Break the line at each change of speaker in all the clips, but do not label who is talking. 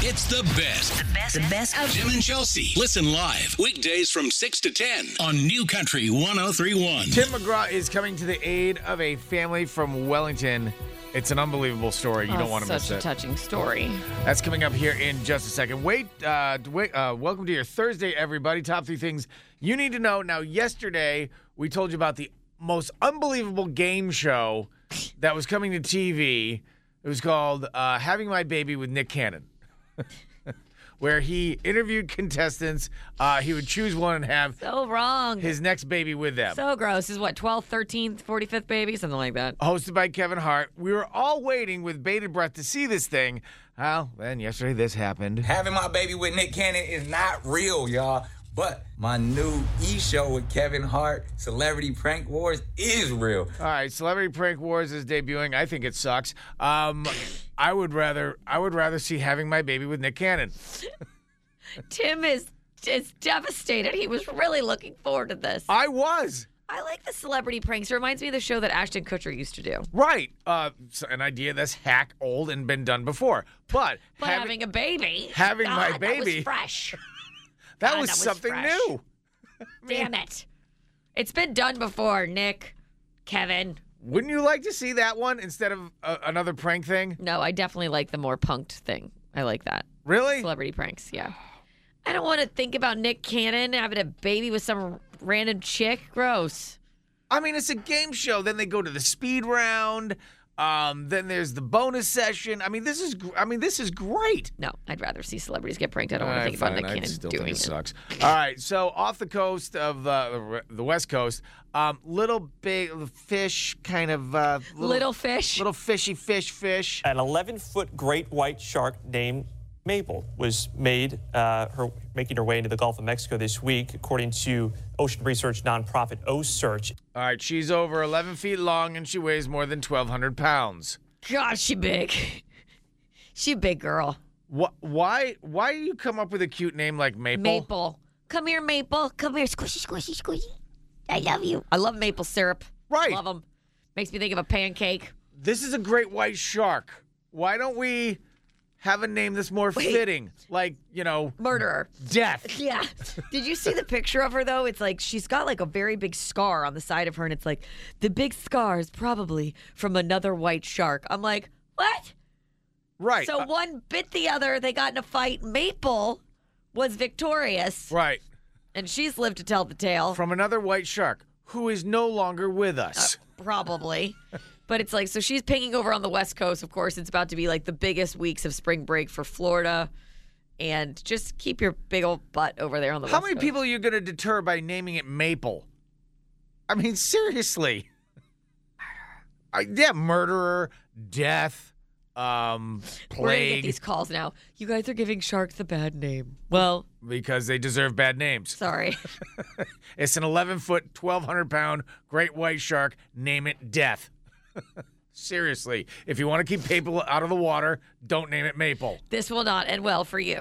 It's the best.
The best, the best of
Jim and Chelsea. Listen live weekdays from 6 to 10 on New Country 1031.
Tim McGraw is coming to the aid of a family from Wellington. It's an unbelievable story. You
Oh,
don't want to miss
Such a
it.
touching story.
That's coming up here in just a second. Wait, uh, wait uh, welcome to your Thursday, everybody. Top three things you need to know. Now, yesterday, we told you about the most unbelievable game show that was coming to TV. It was called uh, Having My Baby with Nick Cannon, where he interviewed contestants. Uh, he would choose one and have
So wrong.
his next baby with them.
so gross. This is what 12th, 13th, 45th baby, something like that.
hosted by Kevin Hart. We were all waiting with bated breath to see this thing. Well, then yesterday this happened.
Having my baby with Nick Cannon is not real, y'all. But my new E show with Kevin Hart, Celebrity Prank Wars, is real.
All right, Celebrity Prank Wars is debuting. I think it sucks. Um, I would rather I would rather see having my baby with Nick Cannon.
Tim is is devastated. He was really looking forward to this.
I was
I like the celebrity pranks. It reminds me of the show that Ashton Kutcher used to do.
right. Uh, so an idea that's hack old and been done before, but,
But having, a baby.
having my
God, that was
baby.
fresh.
that,
God,
was
that was
something
fresh.
new.
Damn it. It's been done before, Nick, Kevin.
Wouldn't you like to see that one instead of uh, another prank thing?
No, I definitely like the more punked thing. I like that.
Really?
Celebrity pranks, yeah. I don't want to think about Nick Cannon having a baby with some random chick. Gross.
I mean, it's a game show. Then they go to the speed round. Um, then there's the bonus session. I mean, this is gr- I mean, this is great.
No, I'd rather see celebrities get pranked. I don't want to think about Nick Cannon doing it.
sucks. All right, so off the coast of uh, the West Coast, um, little big fish, kind of uh,
Little, fish.
little fishy fish, fish.
an 11 foot great white shark named Mabel was made uh, her making her way into the Gulf of Mexico this week, according to ocean research nonprofit OSearch.
All right, she's over 11 feet long and she weighs more than 1,200 pounds.
God, she big. she a big girl.
Wh- why? Why do you come up with a cute name like Maple?
Maple. Come here, Maple. Come here. Squishy, squishy, squishy. I love you. I love maple syrup.
Right.
Love them. Makes me think of a pancake.
This is a great white shark. Why don't we have a name that's more fitting, like you know,
Murderer.
death?
Yeah. Did you see the picture of her though? It's like she's got like a very big scar on the side of her, and it's like the big scar is probably from another white shark. I'm like, what?
Right.
So
uh,
one bit the other. They got in a fight. Maple was victorious,
right.
and she's lived to tell the tale,
From another white shark who is no longer with us.
Uh, probably. But it's like so she's pinging over on the west coast. Of course, it's about to be like the biggest weeks of spring break for Florida, and just keep your big old butt over there on the.
How
west
many
coast.
people are you going to deter by naming it Maple? I mean, seriously. I, yeah, murderer, death, um,
We're gonna get
plague,
these calls now. You guys are giving sharks the bad name. Well,
because they deserve bad names.
sorry.
It's an 11 foot, 1,200 pound great white shark. Name it Death. seriously. If you want to keep people out of the water, don't name it Maple.
this will not end well for you.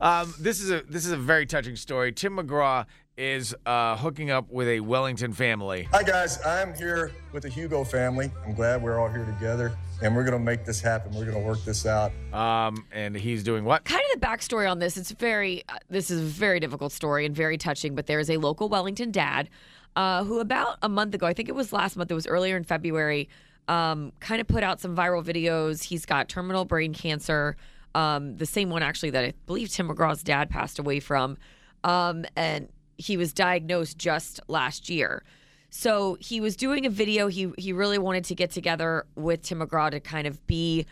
Um, this is a this is a very touching story. Tim McGraw is uh, hooking up with a Wellington family.
Hi, guys. I'm here with the Hugo family. I'm glad we're all here together, and we're going to make this happen. We're going to work this out.
Um, and he's doing what?
kind of the backstory on this. It's very, uh, this is a very difficult story and very touching, but there is a local Wellington dad uh, who, about a month ago, I think it was last month, it was earlier in February, um, kind of put out some viral videos. He's got terminal brain cancer, um, the same one actually that I believe Tim McGraw's dad passed away from. Um, and he was diagnosed just last year. So he was doing a video. He he really wanted to get together with Tim McGraw to kind of be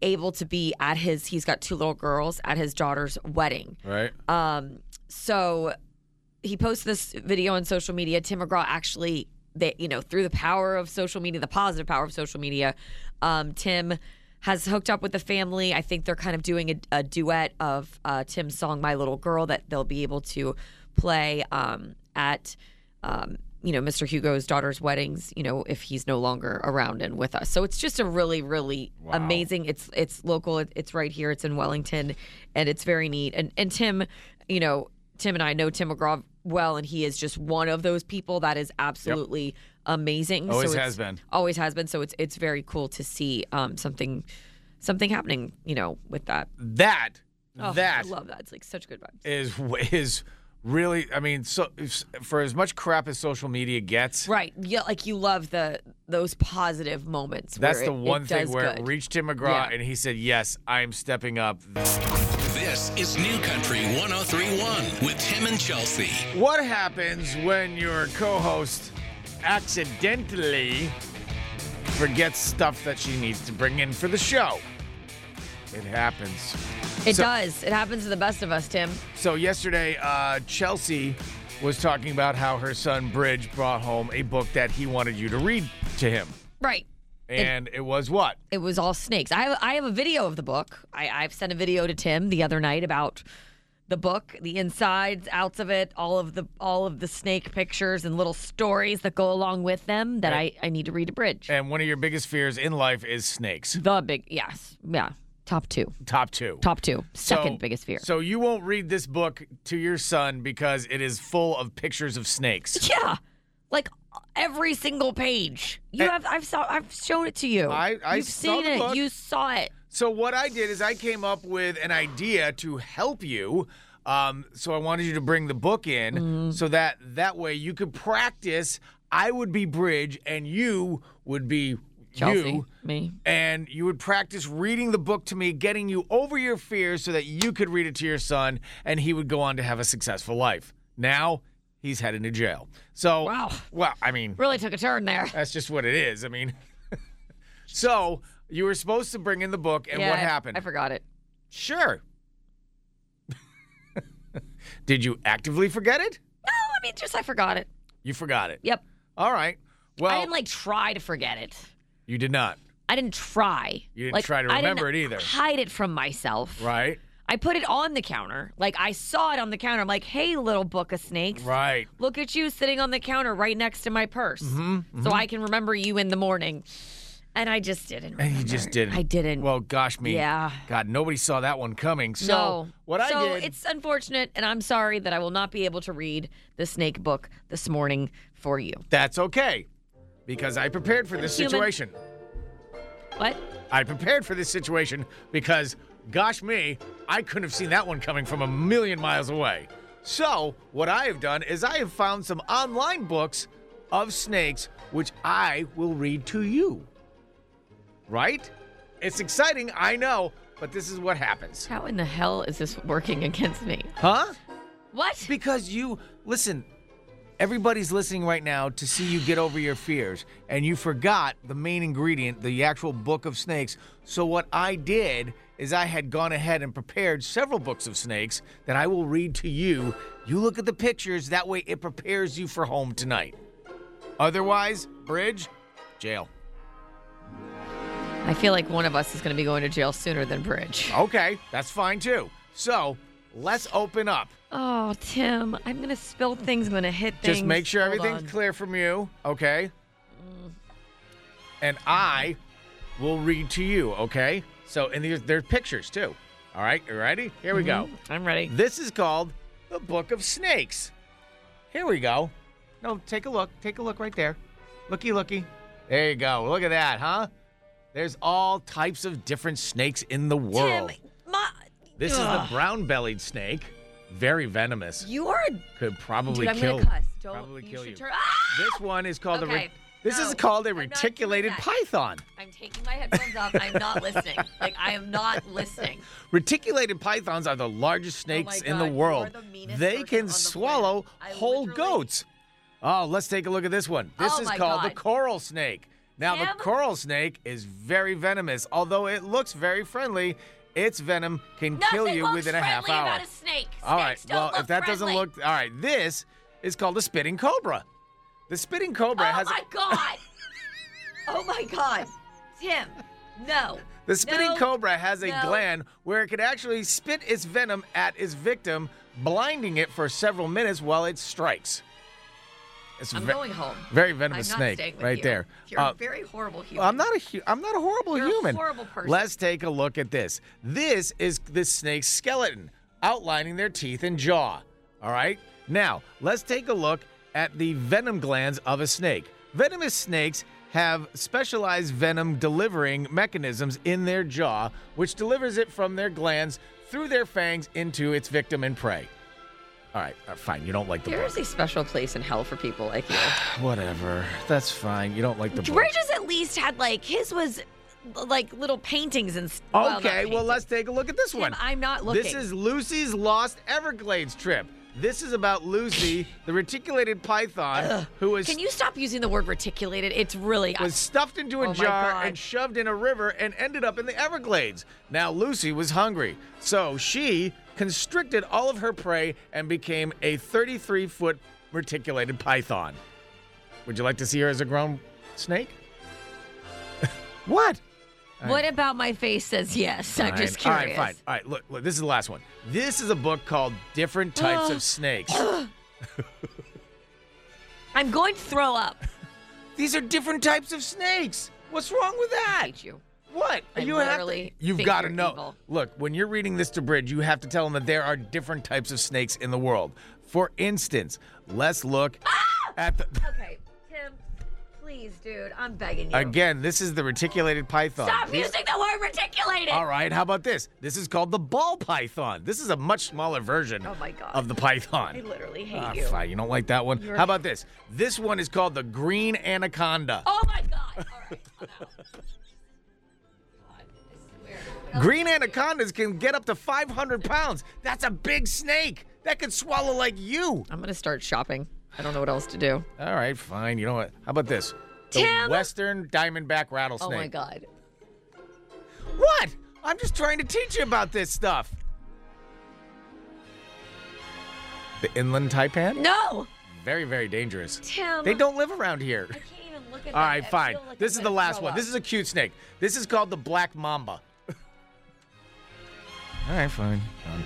able to be at his he's got two little girls at his daughter's wedding
Right.
um so he posted this video on social media tim mcgraw actually that you know through the power of social media the positive power of social media um tim has hooked up with the family i think they're kind of doing a, a duet of uh, tim's song my little girl that they'll be able to play um at um you know mr hugo's daughter's weddings you know if he's no longer around and with us so it's just a really really amazing it's it's local it- it's right here it's in wellington and it's very neat and and tim you know tim and i know tim mcgraw well and he is just one of those people that is absolutely amazing
Always
so it's-
has been.
always has been so it's it's very cool to see um something something happening, you know, with that.
That
Oh,
that
I love that. It's like such good vibes.
is is really. I mean, so if, for as much crap as social media gets,
Right. Yeah, like you love the those positive moments.
that's
where
the
it- it
one thing
does
where it
good.
reached Tim McGraw
Yeah.
and he said, "Yes, I'm stepping up."
This is New Country 1031 with Tim and Chelsea.
What happens when your co-host accidentally forgets stuff that she needs to bring in for the show? It happens.
It
So-
does. It happens to the best of us, Tim.
So yesterday, uh, Chelsea was talking about how her son Bridge brought home a book that he wanted you to read to him,
Right.
and it was what?
It was all snakes. I have, I have a video of the book. I, I've sent a video to Tim the other night about the book, the insides, outs of it, all of the all of the snake pictures and little stories that go along with them that I, I need to read a bridge.
And one of your biggest fears in life is snakes.
The big yes. Yeah. Top two.
Top two.
Top two.
So-
Second biggest fear.
So you won't read this book to your son because it is full of pictures of snakes.
Yeah, like every single page. You have I've saw I've shown it to you.
I- I
You've
saw
seen
the
it.
book.
You saw it.
So what I did is I came up with an idea to help you. Um, so I wanted you to bring the book in
Mm-hmm.
so that that way you could practice. I would be Bridge and you would be
Chelsea,
you.
me.
And you would practice reading the book to me, getting you over your fears so that you could read it to your son and he would go on to have a successful life. Now he's headed to jail. So,
Wow.
well, I mean,
Really took a turn there.
that's just what it is. I mean, so you were supposed to bring in the book, and
yeah,
what
I-
happened?
I forgot it.
Sure. Did you actively forget it?
No, I mean just I forgot it.
You forgot it.
Yep.
All right.
I
Well,
didn't like try to forget it.
you did not.
I didn't try.
You didn't
Like,
try to
I didn't
remember it either.
Hide it from myself.
Right.
I put it on the counter. Like I saw it on the counter. I'm like, hey, little book of snakes.
Right.
Look at you sitting on the counter right next to my purse.
Mm-hmm,
So I can remember you in the morning. And I just didn't.
And you
remember.
just didn't.
I didn't.
Well, gosh me.
Yeah.
God, nobody saw that one coming. So
no.
what I
so
did.
it's unfortunate, and I'm sorry that I will not be able to read the snake book this morning for you.
That's okay, because I prepared for this
Human.
situation.
What?
I prepared for this situation because, gosh me, I couldn't have seen that one coming from a million miles away. So, what I have done is I have found some online books of snakes, which I will read to you. Right? It's exciting, I know, but this is what happens.
How in the hell is this working against me?
Huh?
What?
Because you, listen, everybody's listening right now to see you get over your fears, and you forgot the main ingredient, the actual book of snakes. So, what I did is I had gone ahead and prepared several books of snakes that I will read to you. You look at the pictures, that way it prepares you for home tonight. Otherwise, bridge, jail.
I feel like one of us is going to be going to jail sooner than Bridge.
Okay, that's fine too. So, let's open up.
Oh, Tim, I'm going to spill things. I'm going to hit things.
Just make sure
Hold
everything's
on.
clear from you, okay? And I will read to you, okay? So, and there's, there's pictures too. All right, you ready? Here we go.
Mm-hmm. I'm ready.
This is called the Book of Snakes. Here we go. No, take a look. Take a look right there. Looky, looky. There you go. Look at that, huh? There's all types of different snakes in the world.
Tim, my,
this is
Ugh.
the brown-bellied snake. Very venomous.
You are a
Could probably
dude. I'm
kill.
gonna cuss. Don't.
probably
you
kill
should
you.
Turn, ah!
This one is called a.
Okay.
Re- this is
No,
called a
I'm not doing
reticulated
that.
python.
I'm taking my headphones off. I'm not listening. Like I am not listening.
Reticulated pythons are the largest snakes
Oh my
in the
God, you
world.
are the meanest
they
person
can
on the
swallow
planet. I
whole
literally-
goats. Oh, let's take a look at this one. This
Oh
is
my
called the
God.
coral snake. Now,
Sam?
the coral snake is very venomous. Although it looks very friendly, its venom can kill
Nothing
you
looks
within a half
friendly
hour.
About a snake.
All right.
Snakes don't
Well,
look
if that doesn't
friendly.
look all right, this is called a spitting cobra. The spitting cobra
Oh
has
my god. oh my god. Tim. No.
the spitting
No.
cobra has a
no.
gland where it can actually spit its venom at its victim, blinding it for several minutes while it strikes. It's
I'm
ve-
going home.
very
I'm not
venomous
staying
snake
with
right
you.
there.
You're
Uh,
a very horrible human.
I'm not a hu- I'm not a horrible
You're a
human.
horrible person.
Let's take a look at this. This is the snake's skeleton outlining their teeth and jaw. All right? Now, let's take a look at the venom glands of a snake. Venomous snakes have specialized venom delivering mechanisms in their jaw, which delivers it from their glands through their fangs into its victim and prey. All right, uh, fine. You don't like the
There is
book.
a special place in hell for people like you.
Whatever. That's fine. You don't like the book.
Bridges at least had like his was like little paintings and s- well, not
Okay, well,
paintings.
let's take a look at this
Tim,
one.
I'm not looking.
This is Lucy's Lost Everglades trip. This is about Lucy, the reticulated python, who was
Can you stop using the word reticulated? It's really
was stuffed into a
Oh my
jar
God.
and shoved in a river and ended up in the Everglades. Now, Lucy was hungry, so she constricted all of her prey and became a 33 foot reticulated python. Would you like to see her as a grown snake? what?
What about my face says yes? I'm just
Fine.
curious.
All right, fine. All right, look, look, this is the last one. This is a book called Different Types of Snakes.
I'm going to throw up.
These are different types of snakes. What's wrong with
I
that?
hate you.
What?
I
have to-
literally
You've
think
got to
you're
know.
evil.
Look, when you're reading this to Bridge, you have to tell them that there are different types of snakes in the world. For instance, let's look
Ah!
at the.
Okay, Tim, please, dude, I'm begging you.
Again, this is the reticulated python.
Stop
These-
using the word reticulated.
All right, how about this? This is called the ball python. This is a much smaller version
Oh my God.
of the python.
I literally hate
Ah,
you.
fine. You don't like that one. How about this? This one is called the green anaconda.
Oh my god. All right, I'm out. God, I swear. What else
Green
can I do?
anacondas can get up to 500 pounds. That's a big snake. That could swallow like you.
I'm gonna start shopping. I don't know what else to do.
All right, fine. You know what? How about this? The
Tim!
Western diamondback rattlesnake.
Oh my god.
What? I'm just trying to teach you about this stuff. The inland taipan?
No,
Very, very dangerous.
Tim.
They don't live around here.
I can't even look at.
All right, fine. This is the last one. This is a cute snake. This is called the black mamba. All right, fine. Done.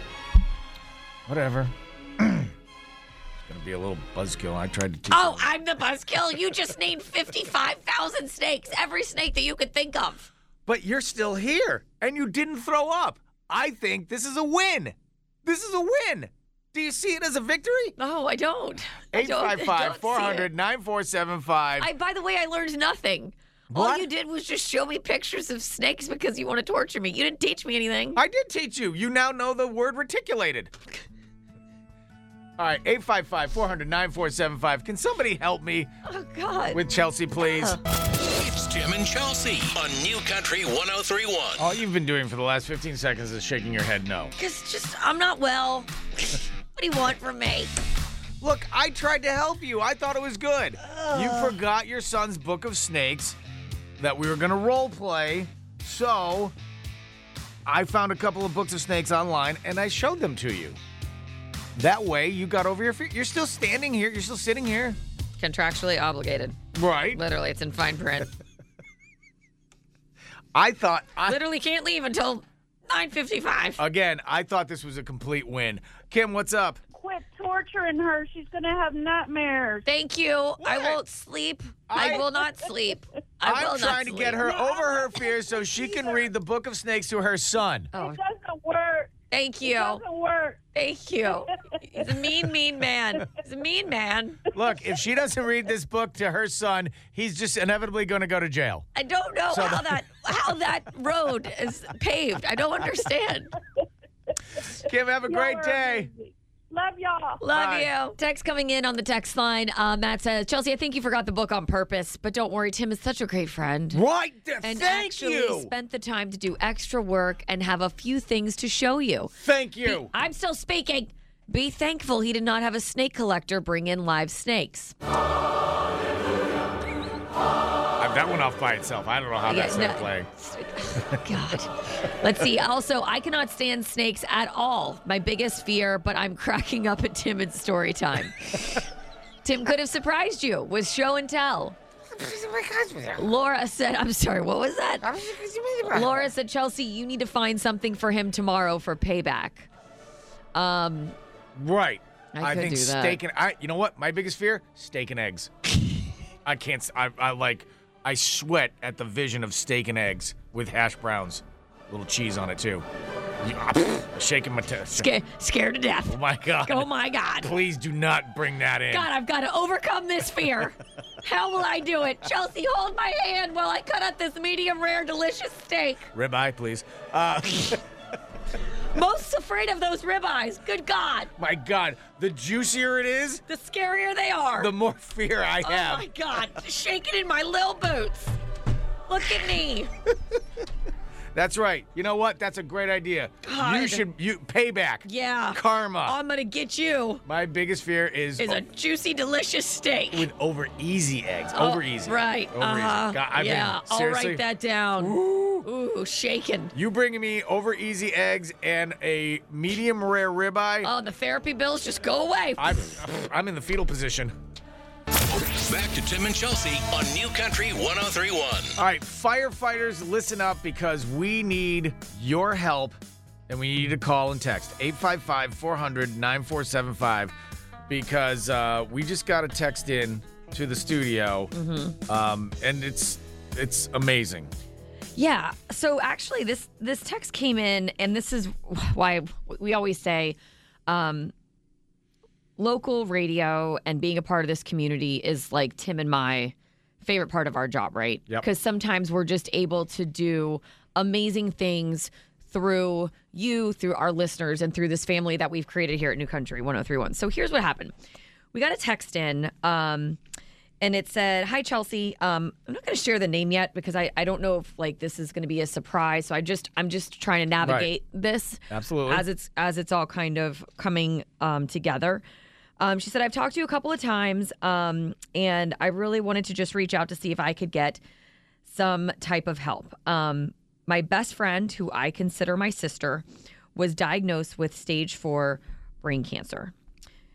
Whatever. it's gonna be a little buzzkill. I tried to teach.
Oh, I'm the buzzkill. You just named 55,000 snakes. Every snake that you could think of.
But you're still here, and you didn't throw up. I think this is a win. This is a win. Do you see it as a victory?
No, I don't. I don't- I don't see it.
855 400 9475.
I, by the way, I learned nothing. All
What?
you did was just show me pictures of snakes because you want to torture me. You didn't teach me anything.
I did teach you. You now know the word reticulated. All right, 855 400 9475. Can somebody help me
oh, God.
with Chelsea, please?
It's Tim and Chelsea on New Country 1031.
All you've been doing for the last 15 seconds is shaking your head no.
Because just, I'm not well. what do you want from me?
Look, I tried to help you. I thought it was good. You forgot your son's book of snakes that we were going to role play. So I found a couple of books of snakes online and I showed them to you. That way you got over your fear. You're still standing here. You're still sitting here.
Contractually obligated.
Right.
Literally, it's in fine print.
I thought I
Literally can't leave until 9.55.
again, I thought this was a complete win. Kim, what's up?
quit torturing her. She's going to have nightmares.
Thank you. I won't sleep. I,
I-
will not sleep. I will
I'm
not
trying to
sleep.
get her over her fears so she can read the book of snakes to her son.
Oh,
It doesn't work.
thank you.
doesn't work.
Thank you. He's a mean, mean man. He's a mean man.
Look, if she doesn't read this book to her son, he's just inevitably going to go to jail.
I don't know how that how that road is paved. I don't understand.
Kim, have a great
Y'all are
day.
amazing. Love y'all.
Love
Bye.
you. Text coming in on the text line. Uh, Matt says, Chelsea, I think you forgot the book on purpose, but don't worry, Tim is such a great friend.
Right. th-
And
Thank
actually
you.
spent the time to do extra work and have a few things to show you.
Thank you.
I'm still speaking. Be thankful he did not have a snake collector bring in live snakes.
Uh, that went off by itself. I don't know how
Yeah,
that's
no.
not playing.
God. Let's see. Also, I cannot stand snakes at all. My biggest fear, but I'm cracking up at Tim in story time. Tim could have surprised you with show and tell. Laura said, I'm sorry, what was that? Laura said, Chelsea, you need to find something for him tomorrow for payback. Um,
Right.
I could
think
do that.
steak and I. You know what? My biggest fear: steak and eggs. I can't. s- I, I like. I sweat at the vision of steak and eggs with hash browns, a little cheese on it too. Yeah, shaking my test.
sca- scared to death.
Oh my god!
Oh my God.
Please do not bring that in.
God, I've got to overcome this fear. How will I do it? Chelsea, hold my hand while I cut up this medium rare delicious steak.
Ribeye, please. Uh,
Most afraid of those ribeyes. Good God.
my God, the juicier it is,
The scarier they are.
the more fear I
oh
have.
my God. Shaking in my little boots. Look at me.
That's right. You know what? That's a great idea. You
God.
should you payback.
Yeah.
Karma.
I'm going to get you.
my biggest fear is,
Is a juicy, delicious steak.
with over easy eggs.
Oh,
over easy.
Right.
Over
uh-huh.
easy. God, I mean,
yeah. I'll
seriously.
write that down. Ooh, shaking.
You bringing me over easy eggs and a medium rare ribeye?
Oh, the therapy bills just go away.
I'm I'm in the fetal position.
Back to Tim and Chelsea on New Country 1031.
All right, firefighters, listen up because we need your help and we need you to call and text 855 400 9475 because uh, we just got a text in to the studio
Mm-hmm.
um, and it's it's amazing.
Yeah. So actually, this this text came in, and this is why we always say, um, local radio and being a part of this community is like Tim and my favorite part of our job, right?
Yep.
Because sometimes we're just able to do amazing things through you, through our listeners, and through this family that we've created here at New Country 1031. So here's what happened. We got a text in. Um, and it said, "Hi Chelsea, um, I'm not going to share the name yet because I, I don't know if like this is going to be a surprise. So I just I'm just trying to navigate this
Absolutely.
as it's as it's all kind of coming um, together." Um, she said, "I've talked to you a couple of times, um, and I really wanted to just reach out to see if I could get some type of help. Um, my best friend, who I consider my sister, was diagnosed with stage four brain cancer.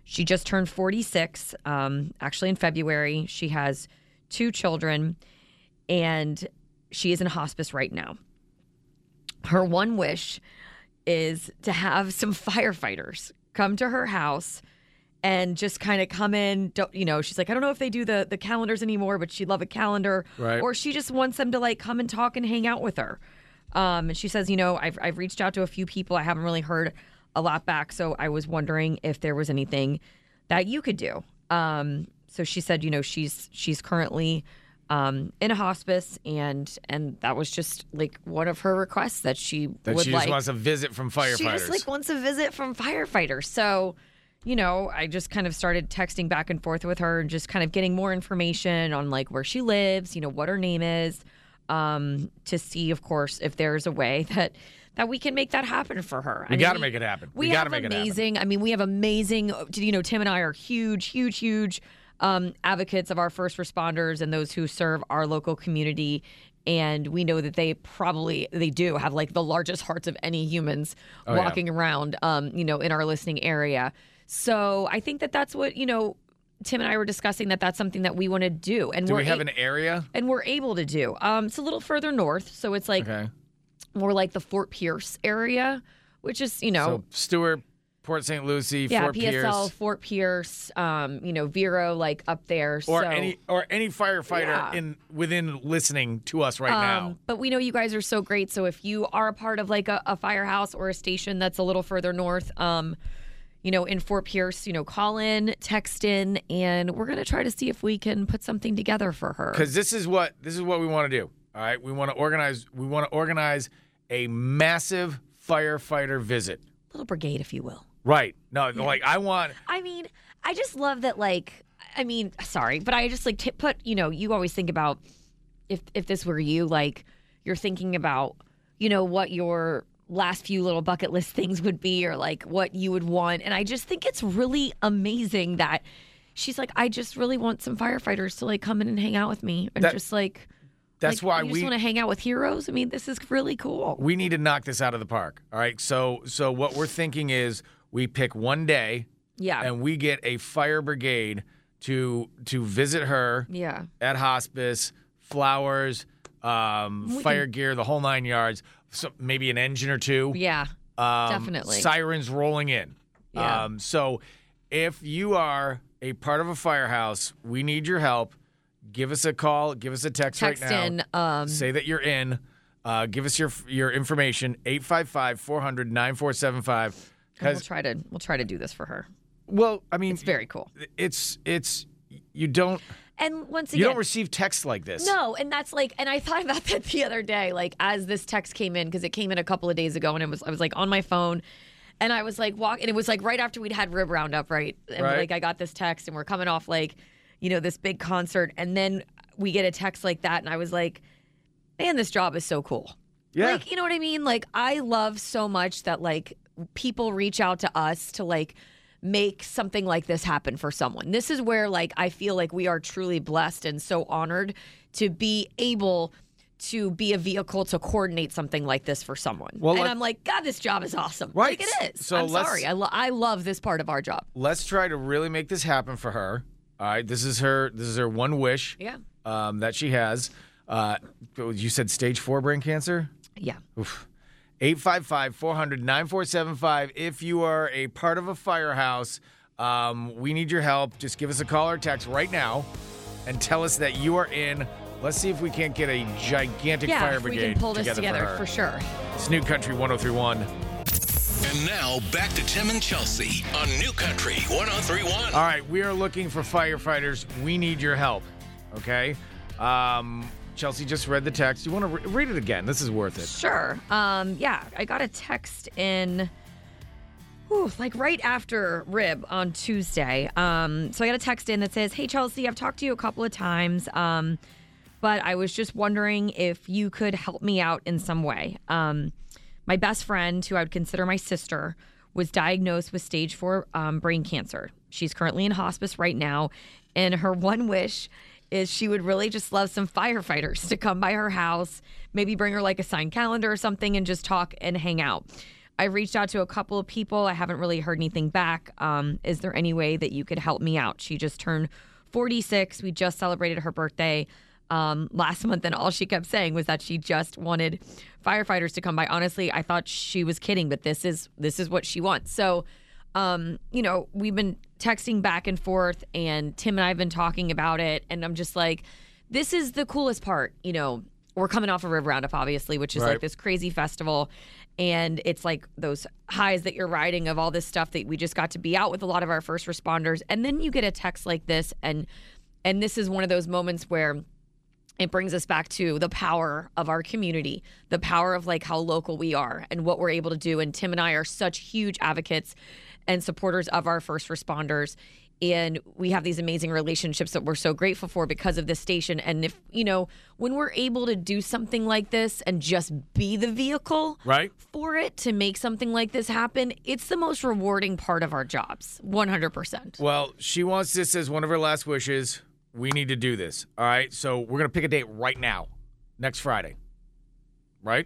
She just turned 46, um, actually in February. She has two children, and she is in hospice right now. Her one wish is to have some firefighters come to her house and just kind of come in. Don't, you know, she's like, I don't know if they do the, the calendars anymore, but she'd love a calendar.
Right.
Or she just wants them to like come and talk and hang out with her. Um, and she says, you know, I've, I've reached out to a few people. I haven't really heard a lot back. So I was wondering if there was anything that you could do. Um, so she said, you know, she's she's currently um, in a hospice, and and that was just like one of her requests that she
That
would
she just
like.
wants a visit from firefighters.
She just like wants a visit from firefighters. So, you know, I just kind of started texting back and forth with her and just kind of getting more information on like where she lives, you know, what her name is, um, to see, of course, if there's a way that that we can make that happen for her.
We gotta make it happen.
We,
We gotta
have
make it happen.
amazing. I mean, we have amazing. You know, Tim and I are huge, huge, huge um, advocates of our first responders and those who serve our local community. And we know that they probably they do have like the largest hearts of any humans
Oh, yeah.
walking around, um, you know, in our listening area. So I think that that's what you know. Tim and I were discussing that that's something that we want to do, and
do
we're
we have
a-
an area?
and we're able to do. Um, it's a little further north, so it's like
Okay.
more like the Fort Pierce area, which is you know
So Stewart, Port St. Lucie,
yeah,
Fort
PSL,
Pierce.
Fort Pierce, um, you know, Vero, like up there.
Or
so,
any or any firefighter
Yeah.
in within listening to us right now.
um, but we know you guys are so great. So if you are a part of like a, a firehouse or a station that's a little further north, um, you know, in Fort Pierce, you know, call in, text in, and we're gonna try to see if we can put something together for her.
because this is what this is what we want to do. All right, we want to organize. We want to organize a massive firefighter visit.
little brigade, if you will.
Right? No, like I want.
I mean, I just love that. Like, I mean, sorry, but I just like t- put. You know, you always think about if if this were you, like you're thinking about, you know, what your last few little bucket list things would be, or like what you would want. And I just think it's really amazing that she's like, I just really want some firefighters to like come in and hang out with me, and
That-
just like
That's
like,
why
you
we
just want to hang out with heroes. I mean, this is really cool.
we need to knock this out of the park. All right. So so what we're thinking is we pick one day
Yeah,
and we get a fire brigade to to visit her
yeah.
at hospice, flowers, um, fire gear, the whole nine yards. So maybe an engine or two.
Yeah,
um,
Definitely.
sirens rolling in.
Yeah.
Um, so if you are a part of a firehouse, we need your help. Give us a call. Give us a text,
text
right now.
in. Um,
Say that you're in. Uh, give us your your information 855-400-9475
we'll
'Cause-
try to we'll try to do this for her.
well, I mean
It's very cool.
it's it's you don't
and once
You
again,
don't receive texts like this.
no, and that's like, and I thought about that the other day, like as this text came in because it came in a couple of days ago, and it was I was like on my phone, and I was like walk, and it was like right after we'd had Rib Roundup, right? And
Right.
like I got this text, and we're coming off like, you know, this big concert, and then we get a text like that, and I was like, man, this job is so cool.
Yeah.
Like, you know what I mean? Like, I love so much that, like, people reach out to us to, like, make something like this happen for someone. This is where, like, I feel like we are truly blessed and so honored to be able to be a vehicle to coordinate something like this for someone.
Well,
and
let-
I'm like, God, this job is awesome.
Right.
Like, it is.
So
I'm
let's-
sorry. I, lo- I love this part of our job.
Let's try to really make this happen for her. All right. This is her. This is her one wish.
Yeah.
Um, that she has. Uh, you said stage four brain cancer.
Yeah.
855 400 9475. If you are a part of a firehouse, um, we need your help. Just give us a call or text right now and tell us that you are in. Let's see if we can't get a gigantic
yeah.
fire
if we
brigade
can pull this
together,
together,
for, her.
for sure.
It's New Country 1031.
And now back to Tim and Chelsea on New Country 1031.
All right, we are looking for firefighters. We need your help. Okay? Um, Chelsea just read the text. You want to re- read it again? This is worth it.
Sure. Um, yeah, I got a text in. whew, like right after Rib on Tuesday. Um, so I got a text in that says, Hey, Chelsea, I've talked to you a couple of times, um, but I was just wondering if you could help me out in some way. Um, my best friend, who I would consider my sister, was diagnosed with stage four um, brain cancer. She's currently in hospice right now, and her one wish is she would really just love some firefighters to come by her house, maybe bring her like a signed calendar or something, and just talk and hang out. I reached out to a couple of people. I haven't really heard anything back. Um, is there any way that you could help me out? She just turned 46. We just celebrated her birthday um, last month, and all she kept saying was that she just wanted firefighters to come by. Honestly, I thought she was kidding, but this is this is what she wants. So, um, you know, we've been texting back and forth, and Tim and I have been talking about it, and I'm just like, this is the coolest part. You know, we're coming off of River Roundup, obviously, which is
Right.
like this crazy festival. And it's like those highs that you're riding of all this stuff that we just got to be out with a lot of our first responders. And then you get a text like this and and this is one of those moments where it brings us back to the power of our community, the power of like how local we are and what we're able to do. And Tim and I are such huge advocates and supporters of our first responders. And we have these amazing relationships that we're so grateful for because of this station. And if, you know, when we're able to do something like this and just be the vehicle
Right?
for it to make something like this happen, it's the most rewarding part of our jobs, 100%.
Well, she wants this as one of her last wishes. We need to do this. All right. So we're going to pick a date right now, next Friday. Right?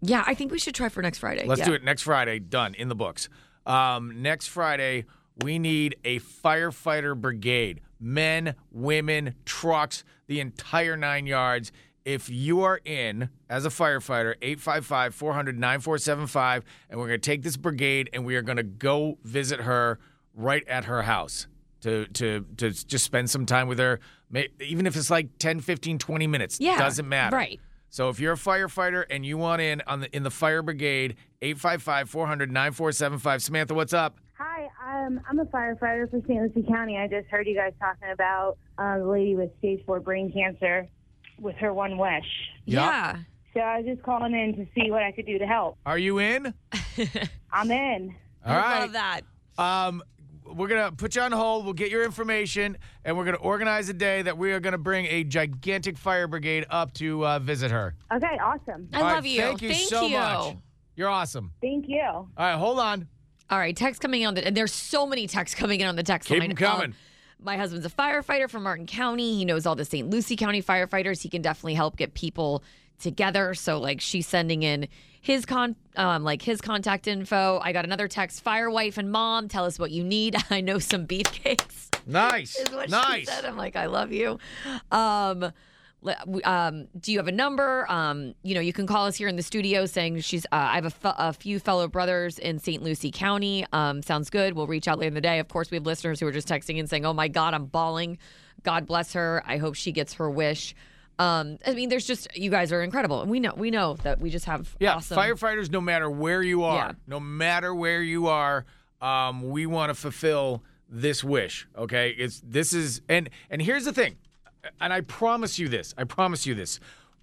Yeah, I think we should try for next Friday.
Let's
Yeah.
do it next Friday. Done in the books. Um, next Friday, we need a firefighter brigade men, women, trucks, the entire nine yards. If you are in as a firefighter, 855 400 9475, and we're going to take this brigade and we are going to go visit her right at her house to, to, to just spend some time with her, May- even if it's like 10, 15, 20 minutes.
Yeah,
Doesn't matter.
right.
So if you're a firefighter and you want in on the in the fire brigade, 855-400-9475. Samantha, what's up?
Hi, um, I'm a firefighter for St. Lucie County. I just heard you guys talking about uh, the lady with stage four brain cancer with her one wish.
Yeah.
So I was just calling in to see what I could do to help.
Are you in?
I'm in.
All
I
right.
love that.
Um we're going to put you on hold. We'll get your information and we're going to organize a day that we are going to bring a gigantic fire brigade up to uh, visit her.
Okay, awesome.
I
All right,
love you.
Thank you so much. You're awesome.
Thank you.
All right, hold on.
All right, text coming on the and there's so many texts coming in on the text
Keep
line.
'em coming.
Um, my husband's a firefighter from Martin County. He knows all the St. Lucie County firefighters. He can definitely help get people together. So like she's sending in his con um, like his contact info. I got another text, fire wife and mom, tell us what you need. I know some beefcakes.
Nice.
is what she
nice.
said. I'm like, I love you. Um, le- w- um, do you have a number? Um, you know, you can call us here in the studio saying she's. Uh, I have a, fe- a few fellow brothers in St. Lucie County. Um, sounds good. We'll reach out later in the day. Of course, we have listeners who are just texting and saying, "Oh my God, I'm bawling. God bless her. I hope she gets her wish." Um, I mean, there's just you guys are incredible, and we know we know that we just have
Yeah,
awesome.
firefighters, no matter where you are,
Yeah.
no matter where you are, um, we want to fulfill this wish. Okay, it's this is and and here's the thing. and I promise you this. I promise you this.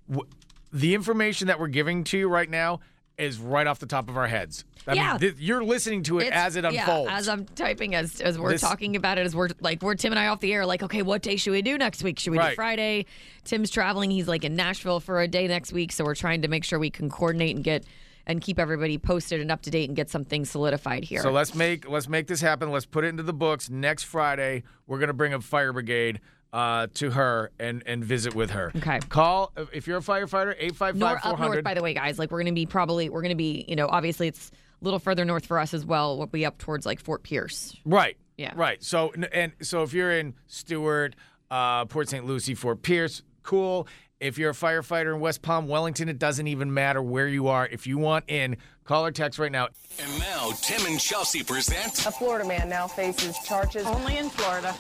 W- the information that we're giving to you right now is right off the top of our heads. I
Yeah.
mean, thi- you're listening to it
It's-
as it unfolds.
Yeah, as I'm typing, as as we're
This-
talking about it, as we're like we're Tim and I off the air, like, okay, what day should we do next week? Should we
Right.
do Friday? Tim's traveling; he's like in Nashville for a day next week, so we're trying to make sure we can coordinate and get and keep everybody posted and up to date and get something solidified here.
So let's make let's make this happen. Let's put it into the books. Next Friday, we're gonna bring a fire brigade uh, to her and and visit with her.
Okay.
Call if you're a firefighter, 855
Nor, up
400.
north, by the way, guys. Like we're gonna be probably we're gonna be you know obviously it's a little further north for us as well. We'll be up towards like Fort Pierce.
Right.
Yeah.
Right. So n- and so if you're in Stewart, uh, Port St. Lucie, Fort Pierce, cool. If you're a firefighter in West Palm, Wellington, it doesn't even matter where you are. If you want in, call or text right now.
And now, Tim and Chelsea present
A Florida man now faces charges.
Only in Florida.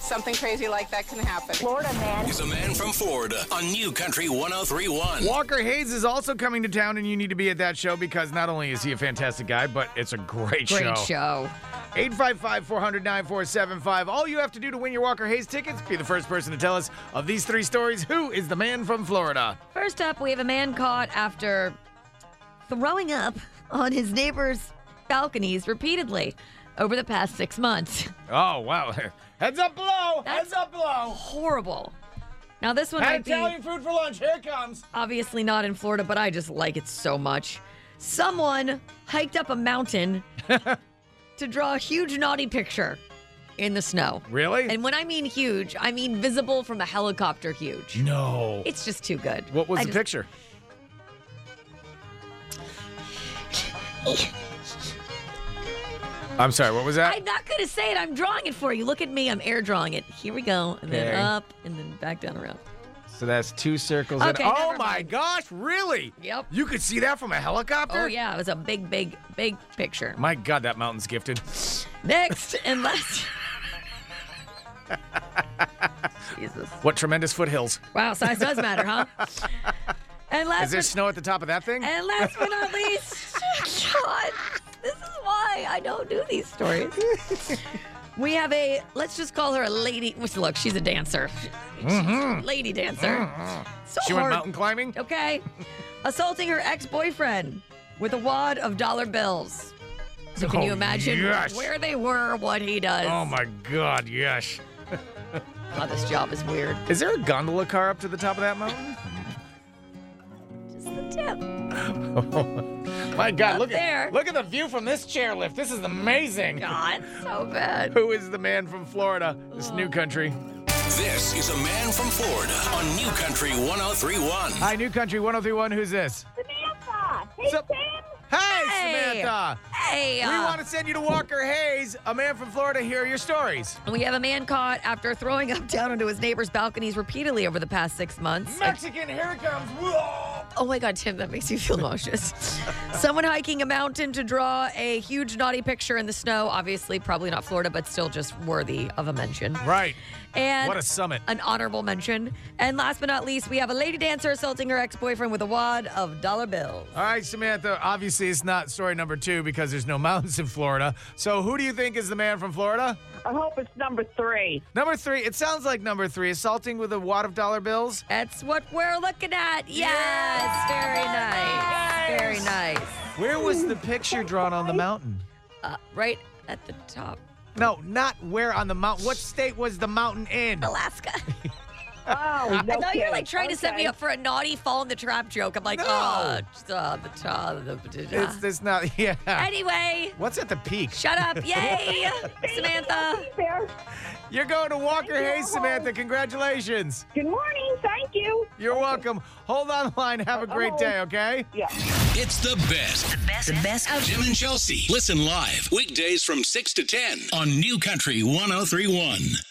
Something crazy like that can happen.
Florida man.
is a man from Florida on New Country 1031.
Walker Hayes is also coming to town, and you need to be at that show because not only is he a fantastic guy, but it's a great,
Great show.
855 400 9475. All you have to do to win your Walker Hayes tickets be the first person to tell us of these three stories who is the man from Florida?
First up, we have a man caught after throwing up on his neighbor's balconies repeatedly over the past six months.
Oh, wow. Heads up below. Heads up below.
Horrible. Now, this one
Had
might be
Italian food for lunch. Here it comes.
obviously not in Florida, but I just like it so much. Someone hiked up a mountain to draw a huge naughty picture in the snow.
Really?
And when I mean huge, I mean visible from a helicopter huge.
no.
It's just too good.
What was
I
the
just-
picture? I'm sorry, what was that?
I'm not gonna say it. I'm drawing it for you. Look at me. I'm air drawing it. Here we go. And then
Okay.
up, and then back down around.
so that's two circles.
Okay,
and, oh
never
my
mind.
gosh, really?
Yep.
You could see that from a helicopter?
Oh yeah, it was a big, big, big picture.
My God, that mountain's gifted.
Next and last. Jesus.
What tremendous foothills.
Wow, size does matter, huh? And
Is
last,
there
but,
snow at the top of that thing?
and last but not least, God, this is why I don't do these stories. We have a, let's just call her a lady. which, Look, she's a dancer. She's a lady dancer. So
Mm-hmm. She went
hard.
mountain climbing?
okay? Assaulting her ex boyfriend with a wad of dollar bills. So can
Oh,
you imagine
yes.
where they were, what he does?
Oh my God, yes.
God, this job is weird.
Is there a gondola car up to the top of that mountain?
Just the tip.
My God, look
there.
at look at the view from this chairlift. This is amazing.
God, it's so bad.
Who is the man from Florida? This new country.
This is a man from Florida on New Country 1031.
Hi, new country 1031. Who's this?
Samantha! Hey,
Sup- Hey,
Hey.
Samantha.
Hey,
We
uh,
want to send you to Walker Hayes, a man from Florida. Hear your stories.
we have a man caught after throwing up down onto his neighbor's balconies repeately over the past six months.
Mexican, here it comes. Whoa.
Oh my God, Tim, that makes you feel nauseous. Someone hiking a mountain to draw a huge naughty picture in the snow. Obviously, probably not Florida, but still just worthy of a mention.
Right.
And
What a summit.
An honorable mention. And last but not least, we have a lady dancer assaulting her ex boyfriend with a wad of dollar bills.
All right, Samantha. Obviously, it's not story number two because there's no mountains in Florida. So, who do you think is the man from Florida?
I hope it's number three.
Number three. It sounds like number three. Assaulting with a wad of dollar bills.
That's what we're looking at. Yes, very nice. Very nice.
Where was the picture drawn on the mountain?
Uh, right at the top,
No, not where on the mountain. What state was the mountain in?
Alaska.
Oh, no
I thought you were like
kidding.
trying to set me
Okay.
up for a naughty fall in the trap joke. I'm like,
No.
oh, just, uh, the, uh, the, the-
It's, it's not. Yeah.
Anyway,
What's at the peak?
shut up. Yay, Samantha.
There.
You're going to Walker Hayes, Samantha. Congratulations.
Good morning. Thank you.
You're welcome. Hold on the line. Have a great day, okay?
It's the best.
The best of
Tim oh and Chelsea. Listen live weekdays from 6 to 10 on New Country 1031.